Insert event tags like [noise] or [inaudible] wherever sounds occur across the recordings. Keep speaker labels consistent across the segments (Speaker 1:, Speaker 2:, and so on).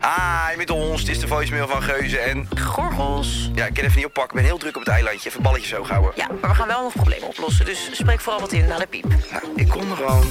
Speaker 1: Hi, met ons. Dit is Ah, de voicemail van Geuze en... Gorgels. Ja, ik kan even niet oppakken. Ik ben heel druk op het eilandje. Even balletjes zo houden.
Speaker 2: Ja, maar we gaan wel nog problemen oplossen, dus spreek vooral wat in naar de piep.
Speaker 1: Nou, ik kom er al.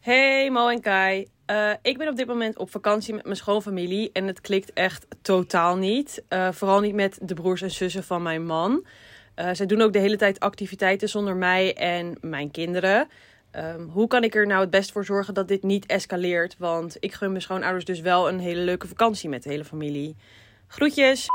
Speaker 3: Hey Mo en Kai. Eh, ik ben op dit moment op vakantie met mijn schoonfamilie en het klikt echt totaal niet. Eh, vooral niet met de broers en zussen van mijn man. Eh, zij doen ook de hele tijd activiteiten zonder mij en mijn kinderen. Ehm, hoe kan ik er nou het best voor zorgen dat dit niet escaleert? Want ik gun mijn schoonouders dus wel een hele leuke vakantie met de hele familie. Groetjes!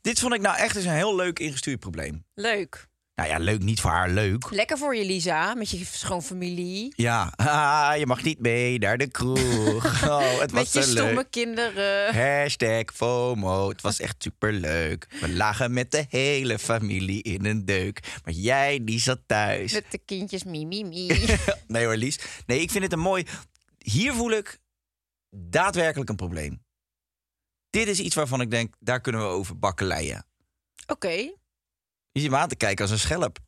Speaker 4: Dit vond ik nou echt eens een heel leuk ingestuurd probleem.
Speaker 5: Leuk.
Speaker 4: Nou ja, leuk niet voor haar, leuk.
Speaker 5: Lekker voor je, Lisa, met je schoonfamilie.
Speaker 4: Ja, [laughs] ah, je mag niet mee naar de kroeg.
Speaker 5: [laughs]
Speaker 4: Oh, het was
Speaker 5: Met je
Speaker 4: zo leuk.
Speaker 5: stomme
Speaker 4: [laughs]
Speaker 5: kinderen. [laughs]
Speaker 4: Hashtag FOMO. Het was echt superleuk. We lagen met de hele familie in een deuk. Maar jij, die zat thuis.
Speaker 5: Met de kindjes, mie, mie, mie.
Speaker 4: [laughs] Nee hoor, Lies. Nee, ik vind het een mooi... Hier voel ik daadwerkelijk een probleem. Dit is iets waarvan ik denk, daar kunnen we over bakkeleien.
Speaker 5: Oké,
Speaker 4: Je zit me aan te kijken als een schelp.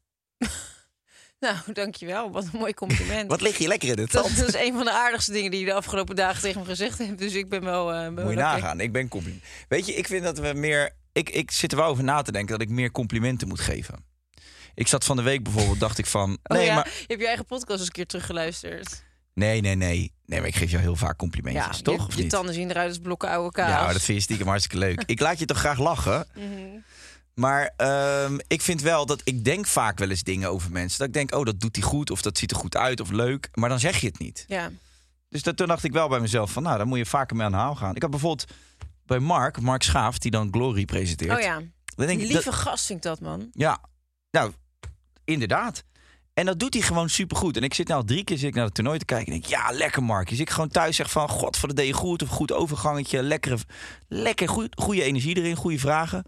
Speaker 5: nou, dankjewel. Wat een mooi compliment.
Speaker 4: Wat lig je lekker in het
Speaker 5: [laughs] dat,
Speaker 4: zand?
Speaker 5: dat is een van de aardigste dingen die je de afgelopen dagen tegen me gezegd hebt. Dus ik ben wel... eh ben wel
Speaker 4: Moet je
Speaker 5: lekker.
Speaker 4: nagaan. Ik ben compliment. Weet je, ik vind dat we meer. Ik, ik zit er wel over na te denken dat ik meer complimenten moet geven. Ik zat van de week bijvoorbeeld, dacht ik van.
Speaker 5: Oh
Speaker 4: Nee,
Speaker 5: ja,
Speaker 4: maar.
Speaker 5: je hebt je eigen podcast eens een keer teruggeluisterd.
Speaker 4: Nee, nee, nee. Nee, maar ik geef jou heel vaak complimentjes, toch?
Speaker 5: je,
Speaker 4: Of
Speaker 5: je
Speaker 4: niet?
Speaker 5: tanden zien eruit als blokken oude kaas.
Speaker 4: Ja, maar dat vind je stiekem hartstikke leuk. Ik laat je toch graag lachen.
Speaker 5: Mhm.
Speaker 4: Maar ehm, ik vind wel dat ik denk vaak wel eens dingen over mensen. Dat ik denk, oh, dat doet hij goed, of dat ziet er goed uit, of leuk. Maar dan zeg je het niet.
Speaker 5: Ja.
Speaker 4: Dus dat, toen dacht ik wel bij mezelf van, nou, daar moet je vaker mee aan de haal gaan. Ik had bijvoorbeeld bij Mark, Mark Schaaf, die dan Glory presenteert.
Speaker 5: Oh ja,
Speaker 4: Dan denk ik, dat- Dus
Speaker 5: lieve gast vind ik dat, man.
Speaker 4: Ja, nou, inderdaad. En dat doet hij gewoon supergoed. En ik zit nou al drie keer zit ik naar het toernooi te kijken. En ik denk, ja, lekker Mark. Dus ik gewoon thuis zeg van, god, voor de deed je goed. Of goed overgangetje, lekkere, lekker goed, goede energie erin, goede vragen.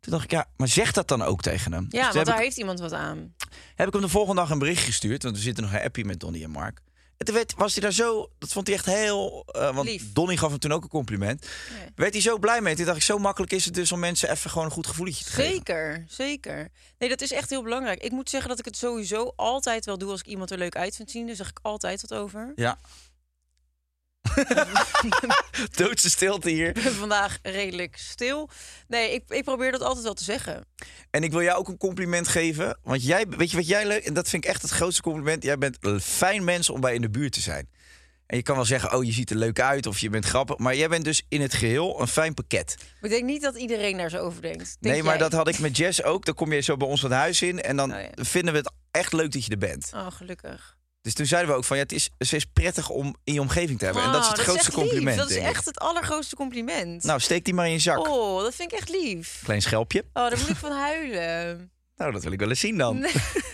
Speaker 4: Toen dacht ik, ja, maar zeg dat dan ook tegen hem. Dus
Speaker 5: Ja,
Speaker 4: toen
Speaker 5: want daar
Speaker 4: heb, ik,
Speaker 5: heeft iemand wat aan.
Speaker 4: heb ik hem de volgende dag een bericht gestuurd. Want we zitten nog een appie met Donnie en Mark. En toen werd, was hij daar zo, dat vond hij echt heel... eh, want
Speaker 5: Lief.
Speaker 4: Donnie gaf hem toen ook een compliment. Werd hij zo blij mee. Toen dacht ik, zo makkelijk is het dus om mensen even gewoon een goed gevoeletje te geven.
Speaker 5: Zeker, zeker. Nee, dat is echt heel belangrijk. Ik moet zeggen dat ik het sowieso altijd wel doe als ik iemand er leuk uit vind zien. Daar zeg ik altijd wat over. [laughs]
Speaker 4: Ja. [laughs] Doodse stilte hier.
Speaker 5: Vandaag redelijk stil. Nee, ik, ik probeer dat altijd wel te zeggen.
Speaker 4: En ik wil jou ook een compliment geven. Want jij, weet je wat jij leuk... En dat vind ik echt het grootste compliment. Jij bent een fijn mens om bij in de buurt te zijn. En je kan wel zeggen, oh, je ziet er leuk uit of je bent grappig. Maar jij bent dus in het geheel een fijn pakket.
Speaker 5: Maar ik denk niet dat iedereen daar zo over denkt. Denk
Speaker 4: nee, maar
Speaker 5: jij?
Speaker 4: dat had ik met Jess ook. Dan kom je zo bij ons het huis in en dan
Speaker 5: Oh ja.
Speaker 4: vinden we het echt leuk dat je er bent.
Speaker 5: Oh, gelukkig.
Speaker 4: Dus toen zeiden we ook van, ja, het is, ze is prettig om in je omgeving te hebben. en dat is
Speaker 5: Oh,
Speaker 4: het grootste
Speaker 5: echt lief.
Speaker 4: compliment,
Speaker 5: Dat is
Speaker 4: denk ik.
Speaker 5: echt het allergrootste compliment.
Speaker 4: Nou, steek die maar in je zak.
Speaker 5: oh, dat vind ik echt lief.
Speaker 4: Klein schelpje.
Speaker 5: Oh, daar moet ik van huilen.
Speaker 4: Nou, dat wil ik wel eens zien dan.
Speaker 5: Nee.
Speaker 4: [laughs]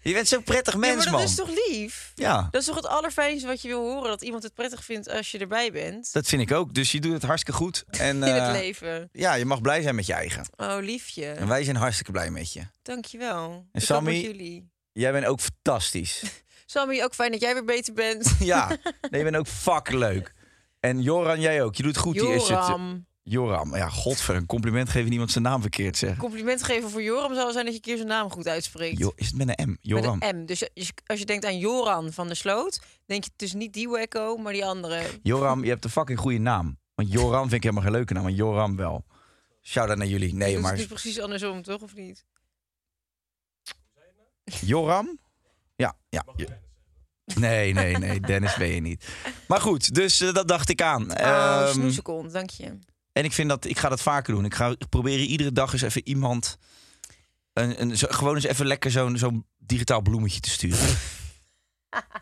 Speaker 4: Je bent zo'n prettig
Speaker 5: Nee,
Speaker 4: mens,
Speaker 5: maar dat
Speaker 4: man.
Speaker 5: is toch lief?
Speaker 4: Ja,
Speaker 5: Dat is toch het allerfijnste wat je wil horen? Dat iemand het prettig vindt als je erbij bent
Speaker 4: dat vind ik ook. Dus je doet het hartstikke goed. En,
Speaker 5: in
Speaker 4: eh,
Speaker 5: het leven.
Speaker 4: Ja, je mag blij zijn met je eigen.
Speaker 5: Oh, liefje.
Speaker 4: En wij zijn hartstikke blij met je.
Speaker 5: Dankjewel. En
Speaker 4: Sammy?
Speaker 5: Met jullie.
Speaker 4: Jij bent ook
Speaker 5: [laughs]
Speaker 4: fantastisch.
Speaker 5: Sammy, ook fijn dat jij weer beter bent.
Speaker 4: ja, nee, je bent ook fuck leuk. En Joran, jij ook. Je doet goed die eerste...
Speaker 5: Joram.
Speaker 4: Joram. Ja, godver, een compliment geven en iemand zijn naam verkeerd zeggen.
Speaker 5: Compliment geven voor Joram zou zijn dat je een keer zijn naam goed uitspreekt.
Speaker 4: Jo is het met een M?
Speaker 5: Met
Speaker 4: Joram.
Speaker 5: een M. Dus als je- als je denkt aan Joran van der Sloot, denk je dus niet die wekko, maar die andere.
Speaker 4: Joram, je hebt een fucking goede naam. Want Joram vind ik helemaal geen leuke naam, maar Joram wel. Shout-out naar jullie. Nee,
Speaker 5: Dus
Speaker 4: maar
Speaker 5: Het is precies andersom, toch? Of niet?
Speaker 4: Joram? Ja, ja. Je- Nee, nee, nee, Dennis ben je niet. Maar goed, dus eh, dat dacht ik aan.
Speaker 5: oh,
Speaker 4: Ehm,
Speaker 5: snoesekont, dank
Speaker 4: [laughs]
Speaker 5: je.
Speaker 4: en ik vind dat, ik ga dat vaker doen. Ik ga proberen iedere dag eens even iemand, een, een, zo- gewoon eens even lekker zo'n zo'n digitaal bloemetje te sturen.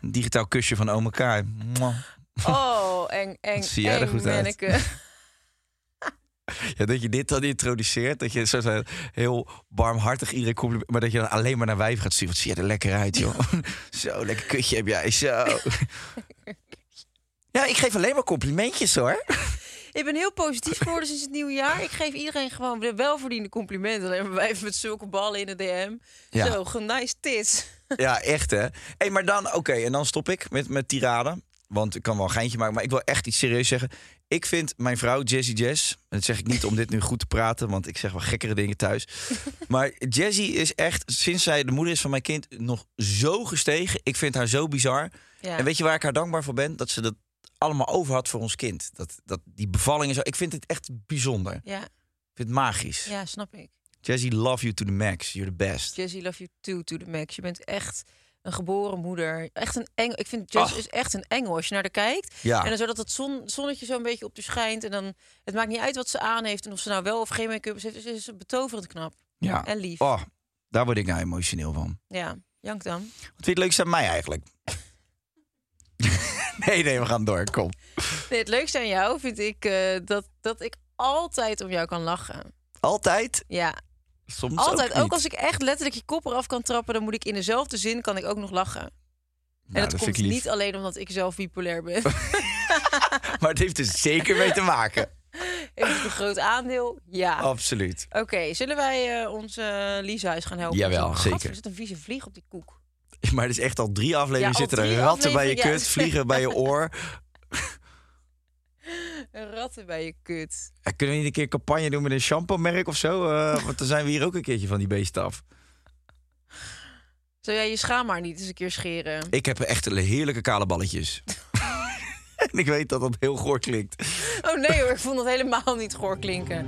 Speaker 4: een digitaal kusje van oma Kai. Mwah.
Speaker 5: Oh, eng, eng,
Speaker 4: Wat zie jij er
Speaker 5: eng,
Speaker 4: goed uit.
Speaker 5: manneke. [laughs]
Speaker 4: Ja, dat je dit dan introduceert, dat je een soort van heel barmhartig iedereen compliment, maar dat je dan alleen maar naar wijf gaat sturen. Wat zie je er lekker uit, joh. [laughs] zo, lekker kutje heb jij, zo. ja, ik geef alleen maar complimentjes, hoor.
Speaker 5: Ik ben heel positief geworden sinds het nieuwe jaar. Ik geef iedereen gewoon de welverdiende complimenten. Alleen maar wij met zulke ballen in de DM.
Speaker 4: Ja.
Speaker 5: Zo, genice tits.
Speaker 4: Ja, echt, hè. Hey, maar dan, oké, en dan stop ik met, met tiraden. Want ik kan wel een geintje maken, maar ik wil echt iets serieus zeggen. Ik vind mijn vrouw Jessie Jess, en dat zeg ik niet om dit nu goed te praten, want ik zeg wel gekkere dingen thuis. Maar Jessie is echt, sinds zij de moeder is van mijn kind, nog zo gestegen. Ik vind haar zo bizar.
Speaker 5: Ja.
Speaker 4: En weet je waar ik haar dankbaar voor ben? Dat ze dat allemaal over had voor ons kind. Dat, dat die bevalling en zo. Ik vind het echt bijzonder. Ik
Speaker 5: ja,
Speaker 4: vind het magisch.
Speaker 5: ja, snap ik.
Speaker 4: Jessie, love you to the max. You're the best.
Speaker 5: Jessie, love you too to the max. Je bent echt een geboren moeder. Echt een engel. Ik vind Jess
Speaker 4: Ach.
Speaker 5: is echt een engel als je naar haar kijkt.
Speaker 4: Ja.
Speaker 5: En dan zodat het zon, zonnetje zo een beetje op je schijnt. En dan, het maakt niet uit wat ze aan heeft en of ze nou wel of geen make-up heeft. Ze is betoverend knap.
Speaker 4: Ja.
Speaker 5: En lief.
Speaker 4: Oh, daar word ik nou emotioneel van.
Speaker 5: Ja, jank dan.
Speaker 4: Wat vind je het leukste aan mij eigenlijk? [laughs] nee, nee, we gaan door. Kom.
Speaker 5: Nee, het leukste aan jou vind ik eh, dat, dat ik altijd om jou kan lachen.
Speaker 4: Altijd.
Speaker 5: Ja,
Speaker 4: Soms
Speaker 5: altijd. Ook,
Speaker 4: ook, niet.
Speaker 5: als ik echt letterlijk je kop eraf kan trappen, dan moet ik in dezelfde zin kan ik ook nog lachen.
Speaker 4: Nou,
Speaker 5: en dat,
Speaker 4: vind
Speaker 5: komt
Speaker 4: ik lief.
Speaker 5: niet alleen omdat ik zelf
Speaker 4: [laughs]
Speaker 5: bipolair ben.
Speaker 4: Maar het heeft er zeker mee te maken.
Speaker 5: Heeft het een groot aandeel? [laughs] Ja.
Speaker 4: Oh. Absoluut.
Speaker 5: Oké, zullen wij eh, onze eh, Lisa eens gaan helpen?
Speaker 4: Jawel,
Speaker 5: Gat,
Speaker 4: zeker.
Speaker 5: Er zit een vieze vlieg op die koek.
Speaker 4: Maar het is echt al drie afleveringen
Speaker 5: al
Speaker 4: zitten
Speaker 5: drie
Speaker 4: er ratten bij je
Speaker 5: afleveringen,
Speaker 4: kut,
Speaker 5: ja.
Speaker 4: vliegen bij je oor.
Speaker 5: Een Ratten bij je kut.
Speaker 4: Ja, kunnen we niet een keer campagne doen met een shampoo-merk of zo?
Speaker 5: [laughs]
Speaker 4: Eh, want dan zijn we hier ook een keertje van die beesten af.
Speaker 5: Zou jij je schaam maar niet eens een keer scheren?
Speaker 4: Ik heb echt heerlijke kale
Speaker 5: [laughs]
Speaker 4: balletjes. en ik weet dat dat heel goor klinkt.
Speaker 5: Oh nee hoor, ik vond dat helemaal niet goor klinken.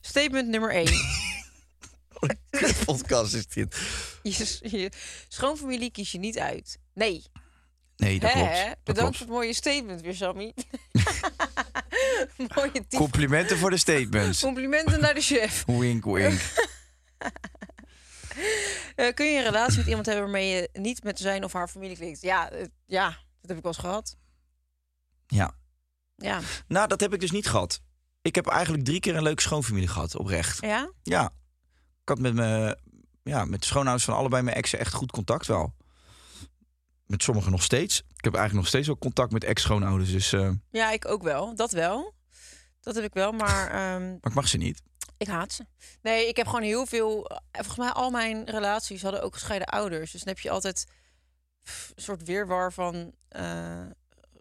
Speaker 5: Statement nummer 1.
Speaker 4: Podcast is dit.
Speaker 5: [laughs] Je, je schoonfamilie kies je niet uit. Nee.
Speaker 4: Nee, dat
Speaker 5: Hè,
Speaker 4: klopt.
Speaker 5: hè?
Speaker 4: Dat klopt.
Speaker 5: Bedankt voor het mooie statement weer,
Speaker 4: [laughs]
Speaker 5: Sammy. mooie tip.
Speaker 4: Complimenten
Speaker 5: [laughs]
Speaker 4: voor de statements.
Speaker 5: Complimenten naar de chef.
Speaker 4: Wink, wink.
Speaker 5: Eh, kun je een relatie met iemand hebben waarmee je niet met zijn of haar familie klinkt? Ja, eh, ja dat heb ik wel eens gehad.
Speaker 4: Ja.
Speaker 5: Ja.
Speaker 4: Nou, dat heb ik dus niet gehad. Ik heb eigenlijk drie keer een leuke schoonfamilie gehad, oprecht.
Speaker 5: Ja?
Speaker 4: Ja. Ik had met, mijn, ja, met de schoonouders van allebei mijn exen echt goed contact wel. Met sommigen nog steeds. Ik heb eigenlijk nog steeds wel contact met ex-schoonouders, dus, eh,
Speaker 5: Ja, ik ook wel. Dat wel. Dat heb ik wel, [laughs] maar ehm,
Speaker 4: maar ik mag ze niet.
Speaker 5: ik haat ze. Nee, ik heb gewoon heel veel... eh, Volgens mij al mijn relaties hadden ook gescheiden ouders. Dus dan heb je altijd pff, een soort weerwar van eh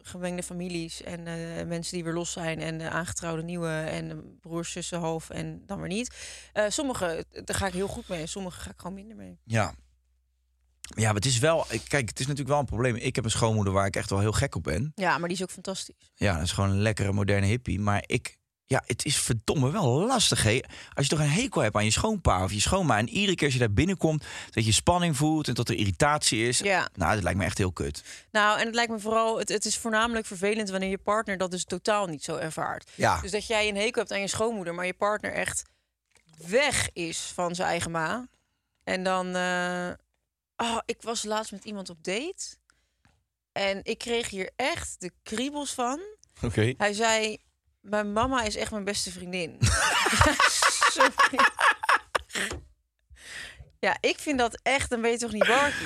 Speaker 5: gemengde families... en eh, mensen die weer los zijn en eh, aangetrouwde nieuwe... en eh, broers, zussen, half en dan weer niet. Eh sommige, daar ga ik heel goed mee en sommige ga ik gewoon minder mee.
Speaker 4: Ja. Ja, maar het is wel... Kijk, het is natuurlijk wel een probleem. Ik heb een schoonmoeder waar ik echt wel heel gek op ben.
Speaker 5: Ja, maar die is ook fantastisch.
Speaker 4: Ja, dat is gewoon een lekkere, moderne hippie. Maar ik... Ja, het is verdomme wel lastig, hè. Als je toch een hekel hebt aan je schoonpa of je schoonma... en iedere keer als je daar binnenkomt, dat je spanning voelt... en dat er irritatie is.
Speaker 5: Ja.
Speaker 4: Nou, dat lijkt me echt heel kut.
Speaker 5: Nou, en het lijkt me vooral, het, het is voornamelijk vervelend wanneer je partner dat dus totaal niet zo ervaart.
Speaker 4: Ja.
Speaker 5: Dus dat jij een hekel hebt aan je schoonmoeder, maar je partner echt weg is van zijn eigen ma. En dan, eh, oh, ik was laatst met iemand op date. En ik kreeg hier echt de kriebels van.
Speaker 4: Oké.
Speaker 5: Hij zei, mijn mama is echt mijn beste
Speaker 4: [laughs]
Speaker 5: vriendin. Sorry. Ja, ik vind dat echt, dan ben je toch niet barkie?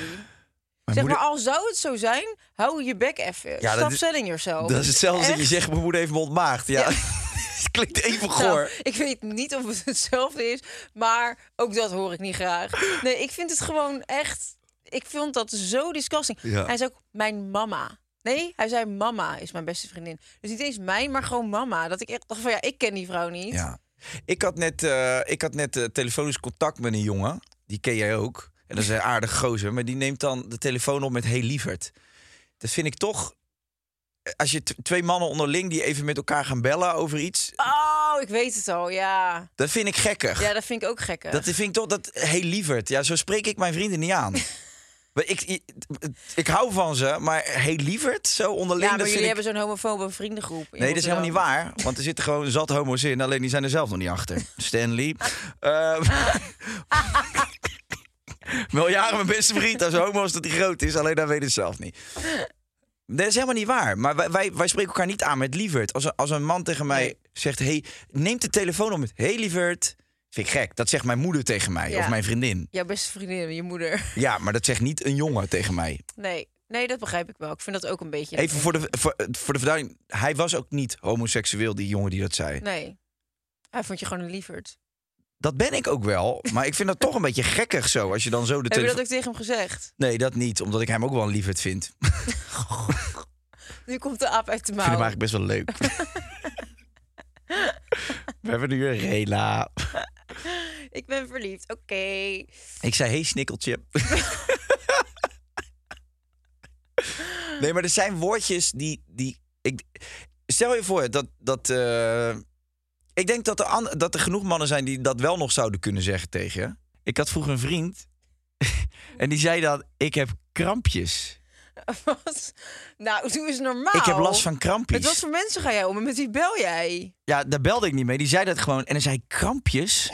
Speaker 5: zeg
Speaker 4: moeder-
Speaker 5: maar, al zou het zo zijn, hou je bek even.
Speaker 4: Ja, dat
Speaker 5: Stop
Speaker 4: is-
Speaker 5: selling yourself.
Speaker 4: Dat is hetzelfde als dat je
Speaker 5: Oh, Echt?
Speaker 4: zegt, mijn moeder heeft mondmaagd. Ja.
Speaker 5: Ja.
Speaker 4: [laughs] Het klinkt even
Speaker 5: Nou,
Speaker 4: goor.
Speaker 5: ik weet niet of het hetzelfde is, maar ook dat hoor ik niet graag. Nee, ik vind het gewoon echt... Ik vond dat zo disgusting.
Speaker 4: Ja.
Speaker 5: Hij is ook mijn mama. Nee, hij zei mama is mijn beste vriendin. Dus niet eens mijn, maar gewoon mama. Dat ik echt dacht van, ja, ik ken die vrouw niet.
Speaker 4: Ja. Ik had net, eh, ik had net eh, telefonisch contact met een jongen. Die ken jij ook. En dat is een aardige gozer. Maar die neemt dan de telefoon op met hey lieverd. Dat vind ik toch... eh, Als je t- twee mannen onderling die even met elkaar gaan bellen over iets...
Speaker 5: Oh, ik weet het al, ja.
Speaker 4: Dat vind ik gekkig.
Speaker 5: Ja, dat vind ik ook gekker.
Speaker 4: Dat vind ik toch... Dat, hey lieverd. Ja, zo spreek ik mijn vrienden niet
Speaker 5: [laughs]
Speaker 4: aan. Maar ik, ik, ik hou van ze, maar hey lieverd, zo onderling...
Speaker 5: ja,
Speaker 4: dat
Speaker 5: maar jullie
Speaker 4: vind ik...
Speaker 5: hebben zo'n homofobe vriendengroep. in
Speaker 4: Nee, dat is helemaal niet
Speaker 5: Rotterdam.
Speaker 4: waar. Want er zitten gewoon zat homo's in. Alleen die zijn er zelf nog niet achter.
Speaker 5: [laughs]
Speaker 4: Stanley. Eh, [laughs] wel jaren mijn beste vriend. Als homo is dat hij groot is. Alleen hij weet het zelf niet. Dat is helemaal niet waar. Maar wij, wij, wij spreken elkaar niet aan met lieverd. Als, een- als een man tegen mij
Speaker 5: Nee.
Speaker 4: zegt... Hey, neem de telefoon op met... Hey lieverd. Vind ik gek. Dat zegt mijn moeder tegen mij.
Speaker 5: Ja.
Speaker 4: Of mijn vriendin.
Speaker 5: Jouw beste vriendin, je moeder. [laughs]
Speaker 4: Ja, maar dat zegt niet een jongen tegen mij.
Speaker 5: Nee, nee, dat begrijp ik wel. Ik vind dat ook een beetje...
Speaker 4: Even voor de, voor, voor de verduiding. Hij was ook niet homoseksueel, die jongen die dat zei.
Speaker 5: Nee. Hij vond je gewoon een lieverd.
Speaker 4: Dat ben ik ook wel, maar ik vind dat toch een beetje gekkig zo. Als je dan zo de
Speaker 5: Heb je
Speaker 4: telefoon...
Speaker 5: dat ook tegen hem gezegd?
Speaker 4: Nee, dat niet, omdat ik hem ook wel een lieverd vind. Ik vind
Speaker 5: Nu komt de aap uit de
Speaker 4: hem
Speaker 5: mouw.
Speaker 4: eigenlijk best wel
Speaker 5: [laughs]
Speaker 4: leuk. We hebben nu een rela.
Speaker 5: Ik ben verliefd, oké. [laughs]
Speaker 4: Ik zei, hey snikkeltje. nee, maar er zijn woordjes die... die ik, stel je voor dat... dat eh, ik denk dat er, an- dat er genoeg mannen zijn die dat wel nog zouden kunnen zeggen tegen je. Ik had vroeger een vriend [laughs] en die zei dat ik heb krampjes.
Speaker 5: Wat? Nou, doe eens normaal.
Speaker 4: Ik heb last van krampjes.
Speaker 5: Met wat voor mensen ga jij om en met wie bel jij?
Speaker 4: Ja, daar belde ik niet mee. Die zei dat gewoon. En dan zei ik, krampjes.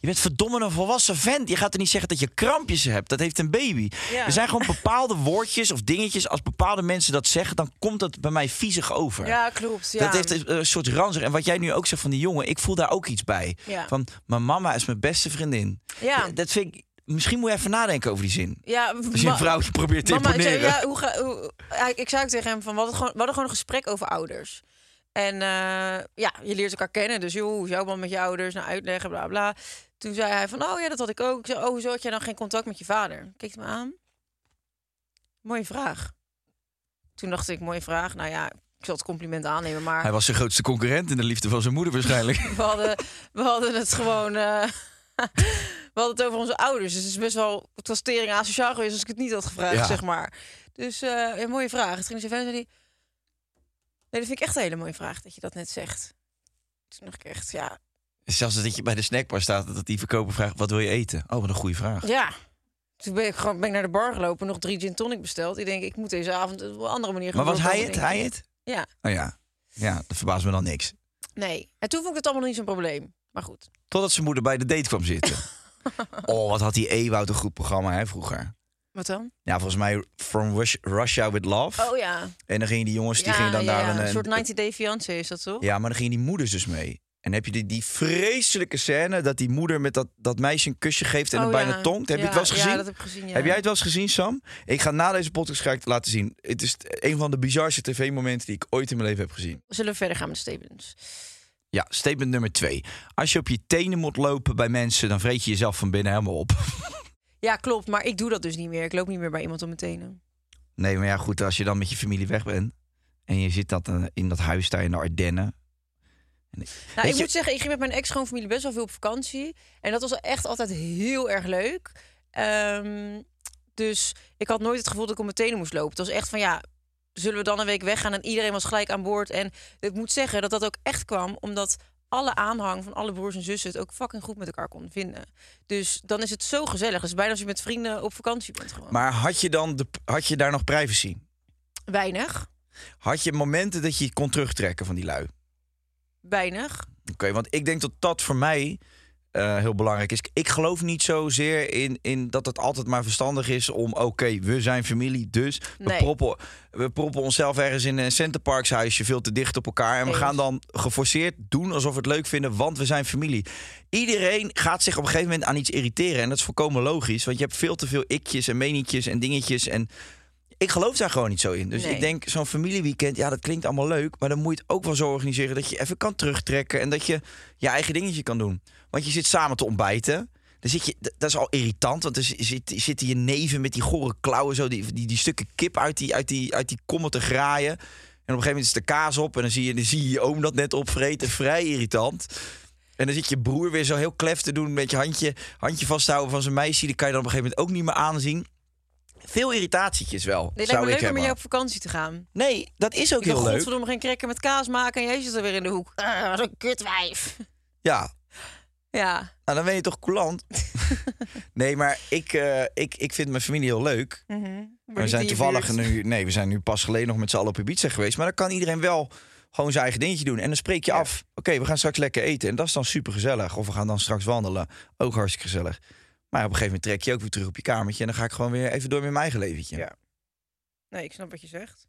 Speaker 4: Je bent verdomme een volwassen vent. Je gaat er niet zeggen dat je krampjes hebt. Dat heeft een baby.
Speaker 5: Ja.
Speaker 4: Er zijn gewoon bepaalde woordjes of dingetjes. Als bepaalde mensen dat zeggen, dan komt dat bij mij viezig over.
Speaker 5: Ja, klopt. Ja.
Speaker 4: Dat heeft een eh, soort ranzig. En wat jij nu ook zegt van die jongen, ik voel daar ook iets bij.
Speaker 5: Ja.
Speaker 4: Van, mijn mama is mijn beste vriendin.
Speaker 5: Ja.
Speaker 4: Dat vind ik... Misschien moet je even nadenken over die zin.
Speaker 5: ja,
Speaker 4: Als je een
Speaker 5: ma-
Speaker 4: vrouw probeert te
Speaker 5: Mama, ik zei,
Speaker 4: imponeren.
Speaker 5: ja, hoe ga, hoe- ja, ik zei ook tegen hem van, we hadden gewoon, we hadden gewoon een gesprek over ouders. En eh, ja, je leert elkaar kennen, dus joh, hoe is jouw man met je ouders? Nou, uitleggen, bla bla. Toen zei hij van, oh ja, dat had ik ook. Ik zei, oh, hoezo had jij dan geen contact met je vader? Keek hij me aan. Mooie vraag. Toen dacht ik, mooie vraag. Nou ja, ik zal het compliment aannemen, maar...
Speaker 4: Hij was zijn grootste concurrent in de liefde van zijn moeder waarschijnlijk.
Speaker 5: [laughs] We hadden, we hadden het gewoon. eh, [laughs] we hadden het over onze ouders. Dus het is best wel. Het was tering asociaal geweest als ik het niet had gevraagd,
Speaker 4: Ja.
Speaker 5: zeg maar. Dus eh een mooie vraag. Het ging zo verder. zei hij, Nee, dat vind ik echt een hele mooie vraag dat je dat net zegt. Toen dacht ik echt, ja.
Speaker 4: Zelfs dat je bij de snackbar staat, dat die verkoper vraagt: wat wil je eten? Oh, wat een goede vraag.
Speaker 5: Ja. Toen ben ik gewoon ben ik naar de bar gelopen, nog drie gin tonic besteld. Ik denk, ik moet deze avond op een andere manier
Speaker 4: maar
Speaker 5: gewoon
Speaker 4: was hij het?
Speaker 5: doordenken.
Speaker 4: Hij het?
Speaker 5: Ja,
Speaker 4: Oh ja. Ja, dat verbaast me dan niks.
Speaker 5: nee. En toen vond ik het allemaal niet zo'n probleem. Maar goed.
Speaker 4: Totdat zijn moeder bij de date kwam
Speaker 5: [laughs]
Speaker 4: zitten. oh, wat had die Ewout een goed programma hè, vroeger.
Speaker 5: Wat dan?
Speaker 4: Ja, volgens mij From Rus- Russia with Love.
Speaker 5: Oh ja.
Speaker 4: En dan gingen die jongens, Dus die
Speaker 5: ja,
Speaker 4: gingen dan
Speaker 5: ja,
Speaker 4: daar
Speaker 5: ja.
Speaker 4: een,
Speaker 5: een soort 90 Day Fiancé is dat toch?
Speaker 4: Ja, maar dan gingen die moeders dus mee. En dan heb je die, die vreselijke scène dat die moeder met dat, dat meisje een kusje geeft en
Speaker 5: Oh,
Speaker 4: hem bijna
Speaker 5: ja.
Speaker 4: tongt. Heb je
Speaker 5: Ja,
Speaker 4: het wel eens
Speaker 5: ja,
Speaker 4: gezien?
Speaker 5: dat heb ik gezien, ja.
Speaker 4: Heb jij het wel eens gezien, Sam? Ik ga na deze podcast ga ik het laten zien. Het is een van de bizarste tv-momenten die ik ooit in mijn leven heb gezien.
Speaker 5: Zullen we verder gaan met statements?
Speaker 4: Ja, statement nummer twee. Als je op je tenen moet lopen bij mensen, dan vreet je jezelf van binnen helemaal op.
Speaker 5: Ja, klopt. Maar ik doe dat dus niet meer. Ik loop niet meer bij iemand om Nou, mijn tenen.
Speaker 4: [laughs] Nee, maar ja, goed, als je dan met je familie weg bent en je zit dat, eh, in dat huis daar in de Ardennen.
Speaker 5: Nou, ik
Speaker 4: je-
Speaker 5: moet zeggen, ik ging met mijn ex-schoonfamilie best wel veel op vakantie. En dat was echt altijd heel erg leuk. Ehm, dus ik had nooit het gevoel dat ik om mijn tenen moest lopen. Het was echt van, ja, zullen we dan een week weggaan? En iedereen was gelijk aan boord. En ik moet zeggen dat dat ook echt kwam omdat alle aanhang van alle broers en zussen het ook fucking goed met elkaar konden vinden. Dus dan is het zo gezellig. Het is bijna als je met vrienden op vakantie bent gewoon.
Speaker 4: Maar had je dan de, had je daar nog privacy?
Speaker 5: Weinig,
Speaker 4: Had je momenten dat je je kon terugtrekken van die lui?
Speaker 5: weinig.
Speaker 4: Oké, want ik denk dat dat voor mij eh, heel belangrijk is. Ik geloof niet zozeer in, in dat het altijd maar verstandig is om... oké, we zijn familie, dus we,
Speaker 5: Nee.
Speaker 4: proppen, we proppen onszelf ergens in een centerparkshuisje... veel te dicht op elkaar en we
Speaker 5: Eens.
Speaker 4: gaan dan geforceerd doen alsof we het leuk vinden... want we zijn familie. Iedereen gaat zich op een gegeven moment aan iets irriteren. En dat is volkomen logisch, want je hebt veel te veel ikjes en menietjes en dingetjes... en ik geloof daar gewoon niet zo in. Dus
Speaker 5: Nee.
Speaker 4: ik denk, zo'n familieweekend, ja, dat klinkt allemaal leuk. Maar dan moet je het ook wel zo organiseren dat je even kan terugtrekken. En dat je je eigen dingetje kan doen. Want je zit samen te ontbijten. Dan zit je, d- dat is al irritant, want er zi- zit, zitten je neven met die gore klauwen zo. Die, die, die stukken kip uit die, uit, die, uit die kommen te graaien. En op een gegeven moment is de kaas op. En dan zie je, dan zie je je oom dat net opvreten. Vrij irritant. En dan zit je broer weer zo heel klef te doen met je handje, handje vasthouden van zijn meisje. Die kan je dan op een gegeven moment ook niet meer aanzien. Veel irritatietjes wel.
Speaker 5: Dit
Speaker 4: zou
Speaker 5: lijkt me
Speaker 4: ik
Speaker 5: leuk om
Speaker 4: hebben.
Speaker 5: met jou op vakantie te gaan.
Speaker 4: Nee, dat is ook
Speaker 5: Ik wil
Speaker 4: heel leuk.
Speaker 5: godverdomme geen krekken met kaas maken en jezus er weer in de hoek. Ah, Zo'n kutwijf.
Speaker 4: Ja,
Speaker 5: [laughs] Ja,
Speaker 4: nou, dan ben je toch
Speaker 5: [laughs]
Speaker 4: coulant. nee, maar ik, eh, ik, ik vind mijn familie heel leuk. We
Speaker 5: niet
Speaker 4: zijn
Speaker 5: in je
Speaker 4: toevallig
Speaker 5: buurt.
Speaker 4: nu... Nee, we zijn nu pas geleden nog met z'n allen op Ibiza geweest. Maar dan kan iedereen wel gewoon zijn eigen dingetje doen. En dan spreek je af. Oké, we gaan straks lekker eten. En dat is dan super gezellig. Of we gaan dan straks wandelen. Ook hartstikke gezellig. Maar op een gegeven moment trek je ook weer terug op je kamertje. En dan ga ik gewoon weer even door met mijn eigen leventje.
Speaker 5: Ja. nee, ik snap wat je zegt.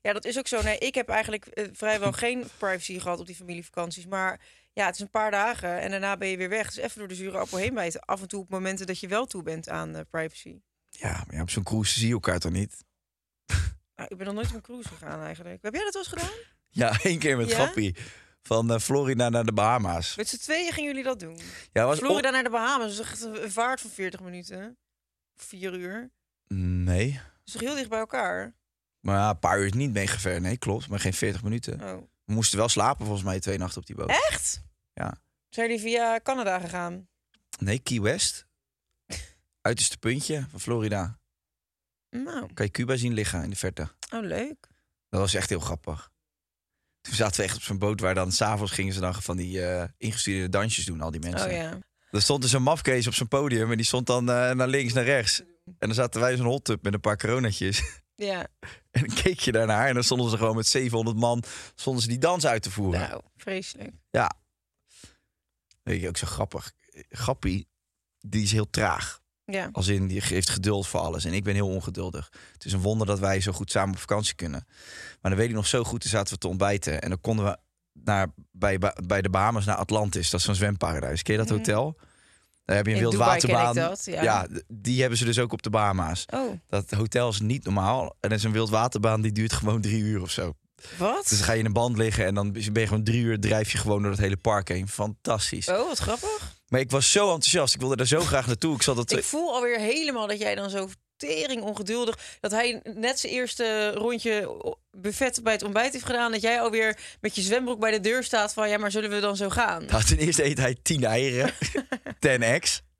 Speaker 5: Ja, dat is ook zo. Nee, ik heb eigenlijk eh,
Speaker 4: [laughs]
Speaker 5: vrijwel geen privacy gehad op die familievakanties. Maar ja, het is een paar dagen en daarna ben je weer weg. Dus even door de zure appel heen bijten. Af en toe op momenten dat je wel toe bent aan eh, privacy.
Speaker 4: Ja, maar ja, op zo'n cruise zie je elkaar toch niet? [laughs]
Speaker 5: Nou, ik ben nog nooit op een cruise gegaan eigenlijk. Heb jij dat wel eens gedaan?
Speaker 4: Ja, één keer met
Speaker 5: Ja?
Speaker 4: Grappie. Van eh, Florida naar de Bahama's.
Speaker 5: Met z'n tweeën gingen jullie dat doen.
Speaker 4: Ja, dat was on-
Speaker 5: Florida naar de Bahamas. Dat is echt een vaart van 40 minuten. Of Vier uur.
Speaker 4: Nee.
Speaker 5: Dat is toch heel dicht bij elkaar?
Speaker 4: Maar ja, een paar uur is niet mega ver. Nee, klopt. Maar geen 40 minuten.
Speaker 5: Oh.
Speaker 4: We moesten wel slapen volgens mij twee nachten op die boot.
Speaker 5: Echt?
Speaker 4: Ja.
Speaker 5: Zijn jullie via Canada gegaan?
Speaker 4: Nee, Key West. Uiterste puntje van Florida.
Speaker 5: Nou,
Speaker 4: Kan je Cuba zien liggen in de verte.
Speaker 5: oh leuk.
Speaker 4: Dat was echt heel grappig. Toen zaten we echt op zo'n boot waar dan s'avonds gingen ze dan van die eh, ingestudeerde dansjes doen, al die mensen.
Speaker 5: Oh ja.
Speaker 4: Er stond dus een mafkees op zijn podium en die stond dan eh, naar links, naar rechts. En dan zaten wij in zo'n hot tub met een paar coronatjes. [laughs]
Speaker 5: Ja,
Speaker 4: En dan keek je daarnaar en dan stonden ze gewoon met 700 man, stonden ze die dans uit te voeren.
Speaker 5: nou, vreselijk.
Speaker 4: Ja. Weet je, ook zo grappig. Grappie, die is heel traag.
Speaker 5: Ja,
Speaker 4: Als in, die heeft geduld voor alles. En ik ben heel ongeduldig. Het is een wonder dat wij zo goed samen op vakantie kunnen. Maar dan weet ik nog zo goed, toen zaten we te ontbijten. En dan konden we naar, bij, Ba- bij de Bahamas naar Atlantis. Dat is zo'n zwemparadijs. Ken je dat hotel? Daar heb je een
Speaker 5: Mhm. In Dubai ken ik
Speaker 4: wildwaterbaan.
Speaker 5: dat, ja.
Speaker 4: d- die hebben ze dus ook op de Bahama's.
Speaker 5: Oh.
Speaker 4: Dat hotel is niet normaal. En dat is een wildwaterbaan die duurt gewoon drie uur of zo.
Speaker 5: wat?
Speaker 4: Dus dan ga je in een band liggen en dan ben je gewoon drie uur drijf je gewoon door het hele park heen. Fantastisch.
Speaker 5: Oh, wat grappig.
Speaker 4: Maar ik was zo enthousiast. Ik wilde daar zo graag naartoe. Ik zat dat.
Speaker 5: Ik voel alweer helemaal dat jij dan zo tering ongeduldig... dat hij net zijn eerste rondje buffet bij het ontbijt heeft gedaan... dat jij alweer met je zwembroek bij de deur staat van... ja, maar zullen we dan zo gaan?
Speaker 4: Nou, ten eerste eet hij tien eieren. 10x.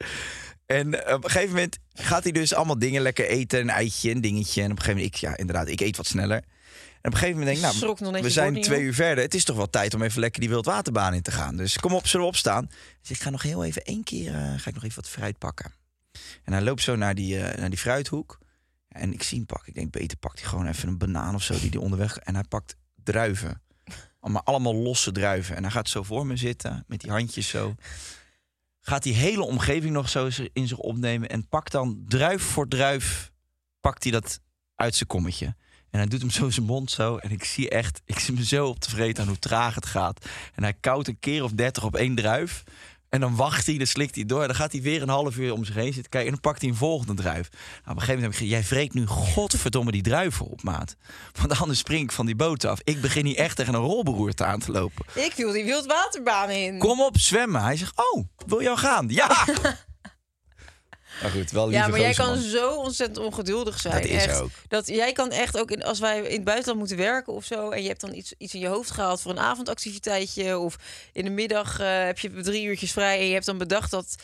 Speaker 4: En eh, op een gegeven moment gaat hij dus allemaal dingen lekker eten. Een eitje, een dingetje. En op een gegeven moment, ik, ja, inderdaad, ik eet wat sneller. En op een gegeven moment denk ik,
Speaker 5: Schrok nog
Speaker 4: nou,
Speaker 5: net
Speaker 4: we
Speaker 5: je
Speaker 4: zijn
Speaker 5: body,
Speaker 4: twee
Speaker 5: hoor.
Speaker 4: uur verder. Het is toch wel tijd om even lekker die wildwaterbaan in te gaan. Dus kom op, zullen we opstaan? Dus ik ga nog heel even één keer, eh, ga ik nog even wat fruit pakken. En hij loopt zo naar die, eh, naar die fruithoek. En ik zie hem pakken. Ik denk, beter pakt hij gewoon even een banaan of zo die hij onderweg... En hij pakt druiven. Maar allemaal losse druiven. En hij gaat zo voor me zitten, met die handjes zo. Gaat die hele omgeving nog zo in zich opnemen. En pakt dan druif voor druif, pakt hij dat uit zijn kommetje. En hij doet hem zo in zijn mond zo. En ik zie echt, ik zit me zo op tevreden aan hoe traag het gaat. En hij koudt een keer of dertig op één druif. En dan wacht hij, dan slikt hij door. Dan gaat hij weer een half uur om zich heen zitten kijken. En dan pakt hij een volgende druif. Nou, op een gegeven moment heb ik gezegd, jij vreet nu godverdomme die druiven op, maat. Want anders spring ik van die boot af. Ik begin hier echt tegen een rolberoerte aan te lopen.
Speaker 5: Ik wil die wildwaterbaan in.
Speaker 4: Kom op, zwemmen. Hij zegt, oh, wil jou gaan?
Speaker 5: [laughs]
Speaker 4: Ja! Maar goed, wel lieve
Speaker 5: Ja, maar jij
Speaker 4: gozer,
Speaker 5: kan
Speaker 4: man.
Speaker 5: zo ontzettend ongeduldig zijn.
Speaker 4: Dat is
Speaker 5: echt.
Speaker 4: ook.
Speaker 5: Dat jij kan echt ook in, als wij in het buitenland moeten werken of zo. En je hebt dan iets, iets in je hoofd gehaald voor een avondactiviteitje. Of in de middag eh, heb je drie uurtjes vrij. En je hebt dan bedacht dat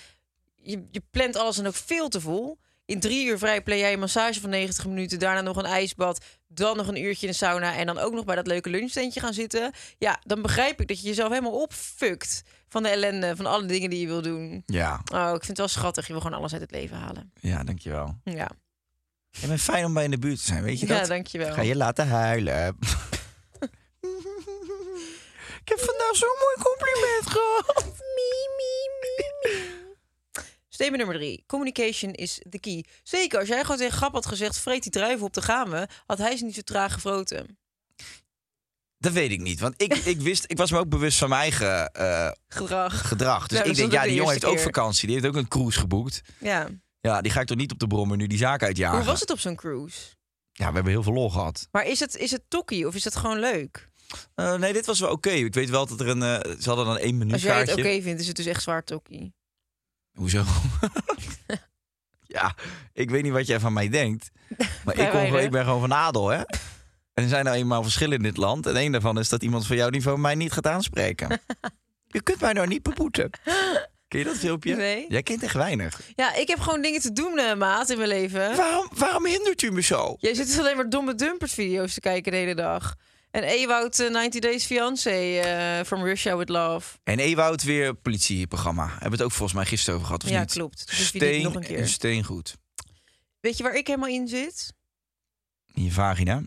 Speaker 5: je, je plant alles en ook veel te vol. In drie uur vrij plan jij een massage van 90 minuten. Daarna nog een ijsbad. Dan nog een uurtje in de sauna. En dan ook nog bij dat leuke lunchtentje gaan zitten. Ja, dan begrijp ik dat je jezelf helemaal opfukt. Van de ellende, van alle dingen die je wil doen.
Speaker 4: Ja,
Speaker 5: Oh, ik vind het wel schattig. Je wil gewoon alles uit het leven halen.
Speaker 4: ja, dankjewel.
Speaker 5: Ja.
Speaker 4: Ik ben fijn om bij in de buurt te zijn, weet je
Speaker 5: Ja,
Speaker 4: dat?
Speaker 5: dankjewel.
Speaker 4: Ga je laten
Speaker 5: [laughs]
Speaker 4: huilen. Ik heb vandaag zo'n mooi compliment gehad. Mimi, mimi.
Speaker 5: Statement nummer drie. Communication is the key. Zeker, als jij gewoon tegen Grap had gezegd... vreet die druiven op, dan gaan we... had hij ze niet zo traag gefroten.
Speaker 4: Dat weet ik niet. Want ik, ik, wist, ik was me ook bewust van mijn eigen eh,
Speaker 5: Gedrag.
Speaker 4: gedrag. Dus
Speaker 5: Ja,
Speaker 4: ik
Speaker 5: dat
Speaker 4: denk,
Speaker 5: is
Speaker 4: ja,
Speaker 5: ook
Speaker 4: die
Speaker 5: de
Speaker 4: jongen heeft
Speaker 5: eerste
Speaker 4: ook
Speaker 5: keer.
Speaker 4: vakantie. Die heeft ook een cruise geboekt.
Speaker 5: Ja.
Speaker 4: Ja, die ga ik toch niet op de brommer nu die zaak uitjagen.
Speaker 5: Hoe was het op zo'n cruise?
Speaker 4: Ja, we hebben heel veel lol gehad.
Speaker 5: Maar is het, is het tokkie of is het gewoon leuk?
Speaker 4: Eh, nee, dit was wel oké. Ik weet wel dat er een... eh, ze hadden dan één
Speaker 5: Als jij het
Speaker 4: menukaartje.
Speaker 5: oké vindt, is het dus echt zwaar tokkie.
Speaker 4: Hoezo? [laughs] ja, ik weet niet wat jij van mij
Speaker 5: [laughs]
Speaker 4: denkt. Maar
Speaker 5: Wij
Speaker 4: ik, kom gewoon-
Speaker 5: wijden.
Speaker 4: ik ben gewoon van adel,
Speaker 5: [laughs]
Speaker 4: hè? En er zijn nou eenmaal verschillen in dit land. En één daarvan is dat iemand van jouw niveau mij niet gaat
Speaker 5: [laughs]
Speaker 4: aanspreken. Je kunt mij nou niet beboeten. Ken je dat filmpje?
Speaker 5: Nee.
Speaker 4: Jij kent echt weinig.
Speaker 5: Ja, ik heb gewoon dingen te doen, eh, maat, in mijn leven.
Speaker 4: Waarom, waarom hindert u me zo?
Speaker 5: Jij zit dus alleen maar domme dumpert video's te kijken de hele dag. En Ewout eh, 90 Days Fiancé eh, From Russia With Love.
Speaker 4: En Ewoud weer politieprogramma. Hebben we het ook volgens mij gisteren over gehad, of
Speaker 5: Ja,
Speaker 4: niet?
Speaker 5: klopt. Dus wie doet het
Speaker 4: Steen
Speaker 5: nog een keer?
Speaker 4: en steen goed.
Speaker 5: Weet je waar ik helemaal in zit?
Speaker 4: In je vagina.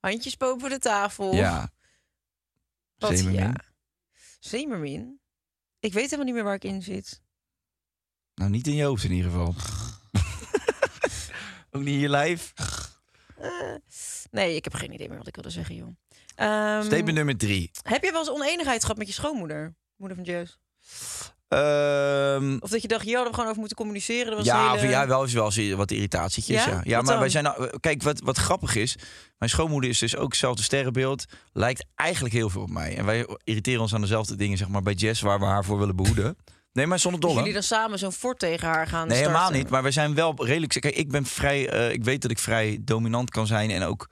Speaker 5: Handjes boven de tafel.
Speaker 4: Ja.
Speaker 5: Wat,
Speaker 4: Zeemermin.
Speaker 5: ja. Zemermin? Ik weet helemaal niet meer waar ik in zit.
Speaker 4: Nou, niet in je hoofd in ieder geval. ook niet in je lijf.
Speaker 5: Eh, nee, ik heb geen idee meer wat ik wilde zeggen, joh. Ehm,
Speaker 4: Statement nummer drie.
Speaker 5: heb je wel eens oneenigheid gehad met je schoonmoeder? Moeder van Jess?
Speaker 4: Ehm,
Speaker 5: Of dat je dacht, hier hadden we gewoon over moeten communiceren. Dat was een
Speaker 4: ja,
Speaker 5: hele...
Speaker 4: van, ja, wel eens wel eens wat irritatietjes.
Speaker 5: Ja?
Speaker 4: Ja, ja.
Speaker 5: Wat
Speaker 4: maar
Speaker 5: dan?
Speaker 4: wij zijn. nou- Kijk, wat, wat grappig is. Mijn schoonmoeder is dus ook hetzelfde sterrenbeeld. Lijkt eigenlijk heel veel op mij. En wij irriteren ons aan dezelfde dingen, zeg maar bij Jess, waar we haar voor willen behoeden. Nee, maar zonder
Speaker 5: Dat
Speaker 4: dolle.
Speaker 5: jullie dan samen zo'n fort tegen haar gaan
Speaker 4: Nee, helemaal
Speaker 5: starten.
Speaker 4: niet. Maar we zijn wel redelijk. Kijk, ik ben vrij. eh, ik weet dat ik vrij dominant kan zijn. En ook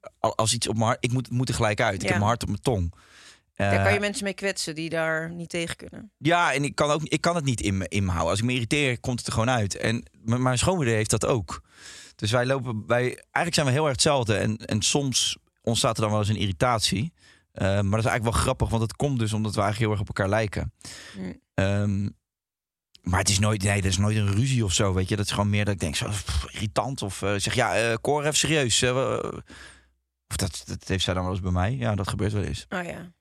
Speaker 4: eh, al- als iets op mijn hart. Ik moet, moet er gelijk uit. Ik
Speaker 5: Ja.
Speaker 4: heb mijn hart op mijn tong.
Speaker 5: Daar
Speaker 4: Eh,
Speaker 5: kan je mensen mee kwetsen die daar niet tegen kunnen.
Speaker 4: Ja, en ik kan, ook, ik kan het niet in me, in me houden. Als ik me irriteer, komt het er gewoon uit. En m- mijn schoonmoeder heeft dat ook. Dus wij lopen bij. Eigenlijk zijn we heel erg hetzelfde. En, en soms ontstaat er dan wel eens een irritatie. Eh, maar dat is eigenlijk wel grappig, want dat komt dus omdat we eigenlijk heel erg op elkaar lijken.
Speaker 5: Mm.
Speaker 4: Ehm, maar het is nooit, nee, dat is nooit een ruzie of zo, weet je. Dat is gewoon meer dat ik denk, zo pff, irritant. Of eh, zeg, ja, eh Cor, even serieus. eh, we- of dat, dat heeft zij dan wel eens bij mij. Ja, dat gebeurt wel eens.
Speaker 5: Oh ja.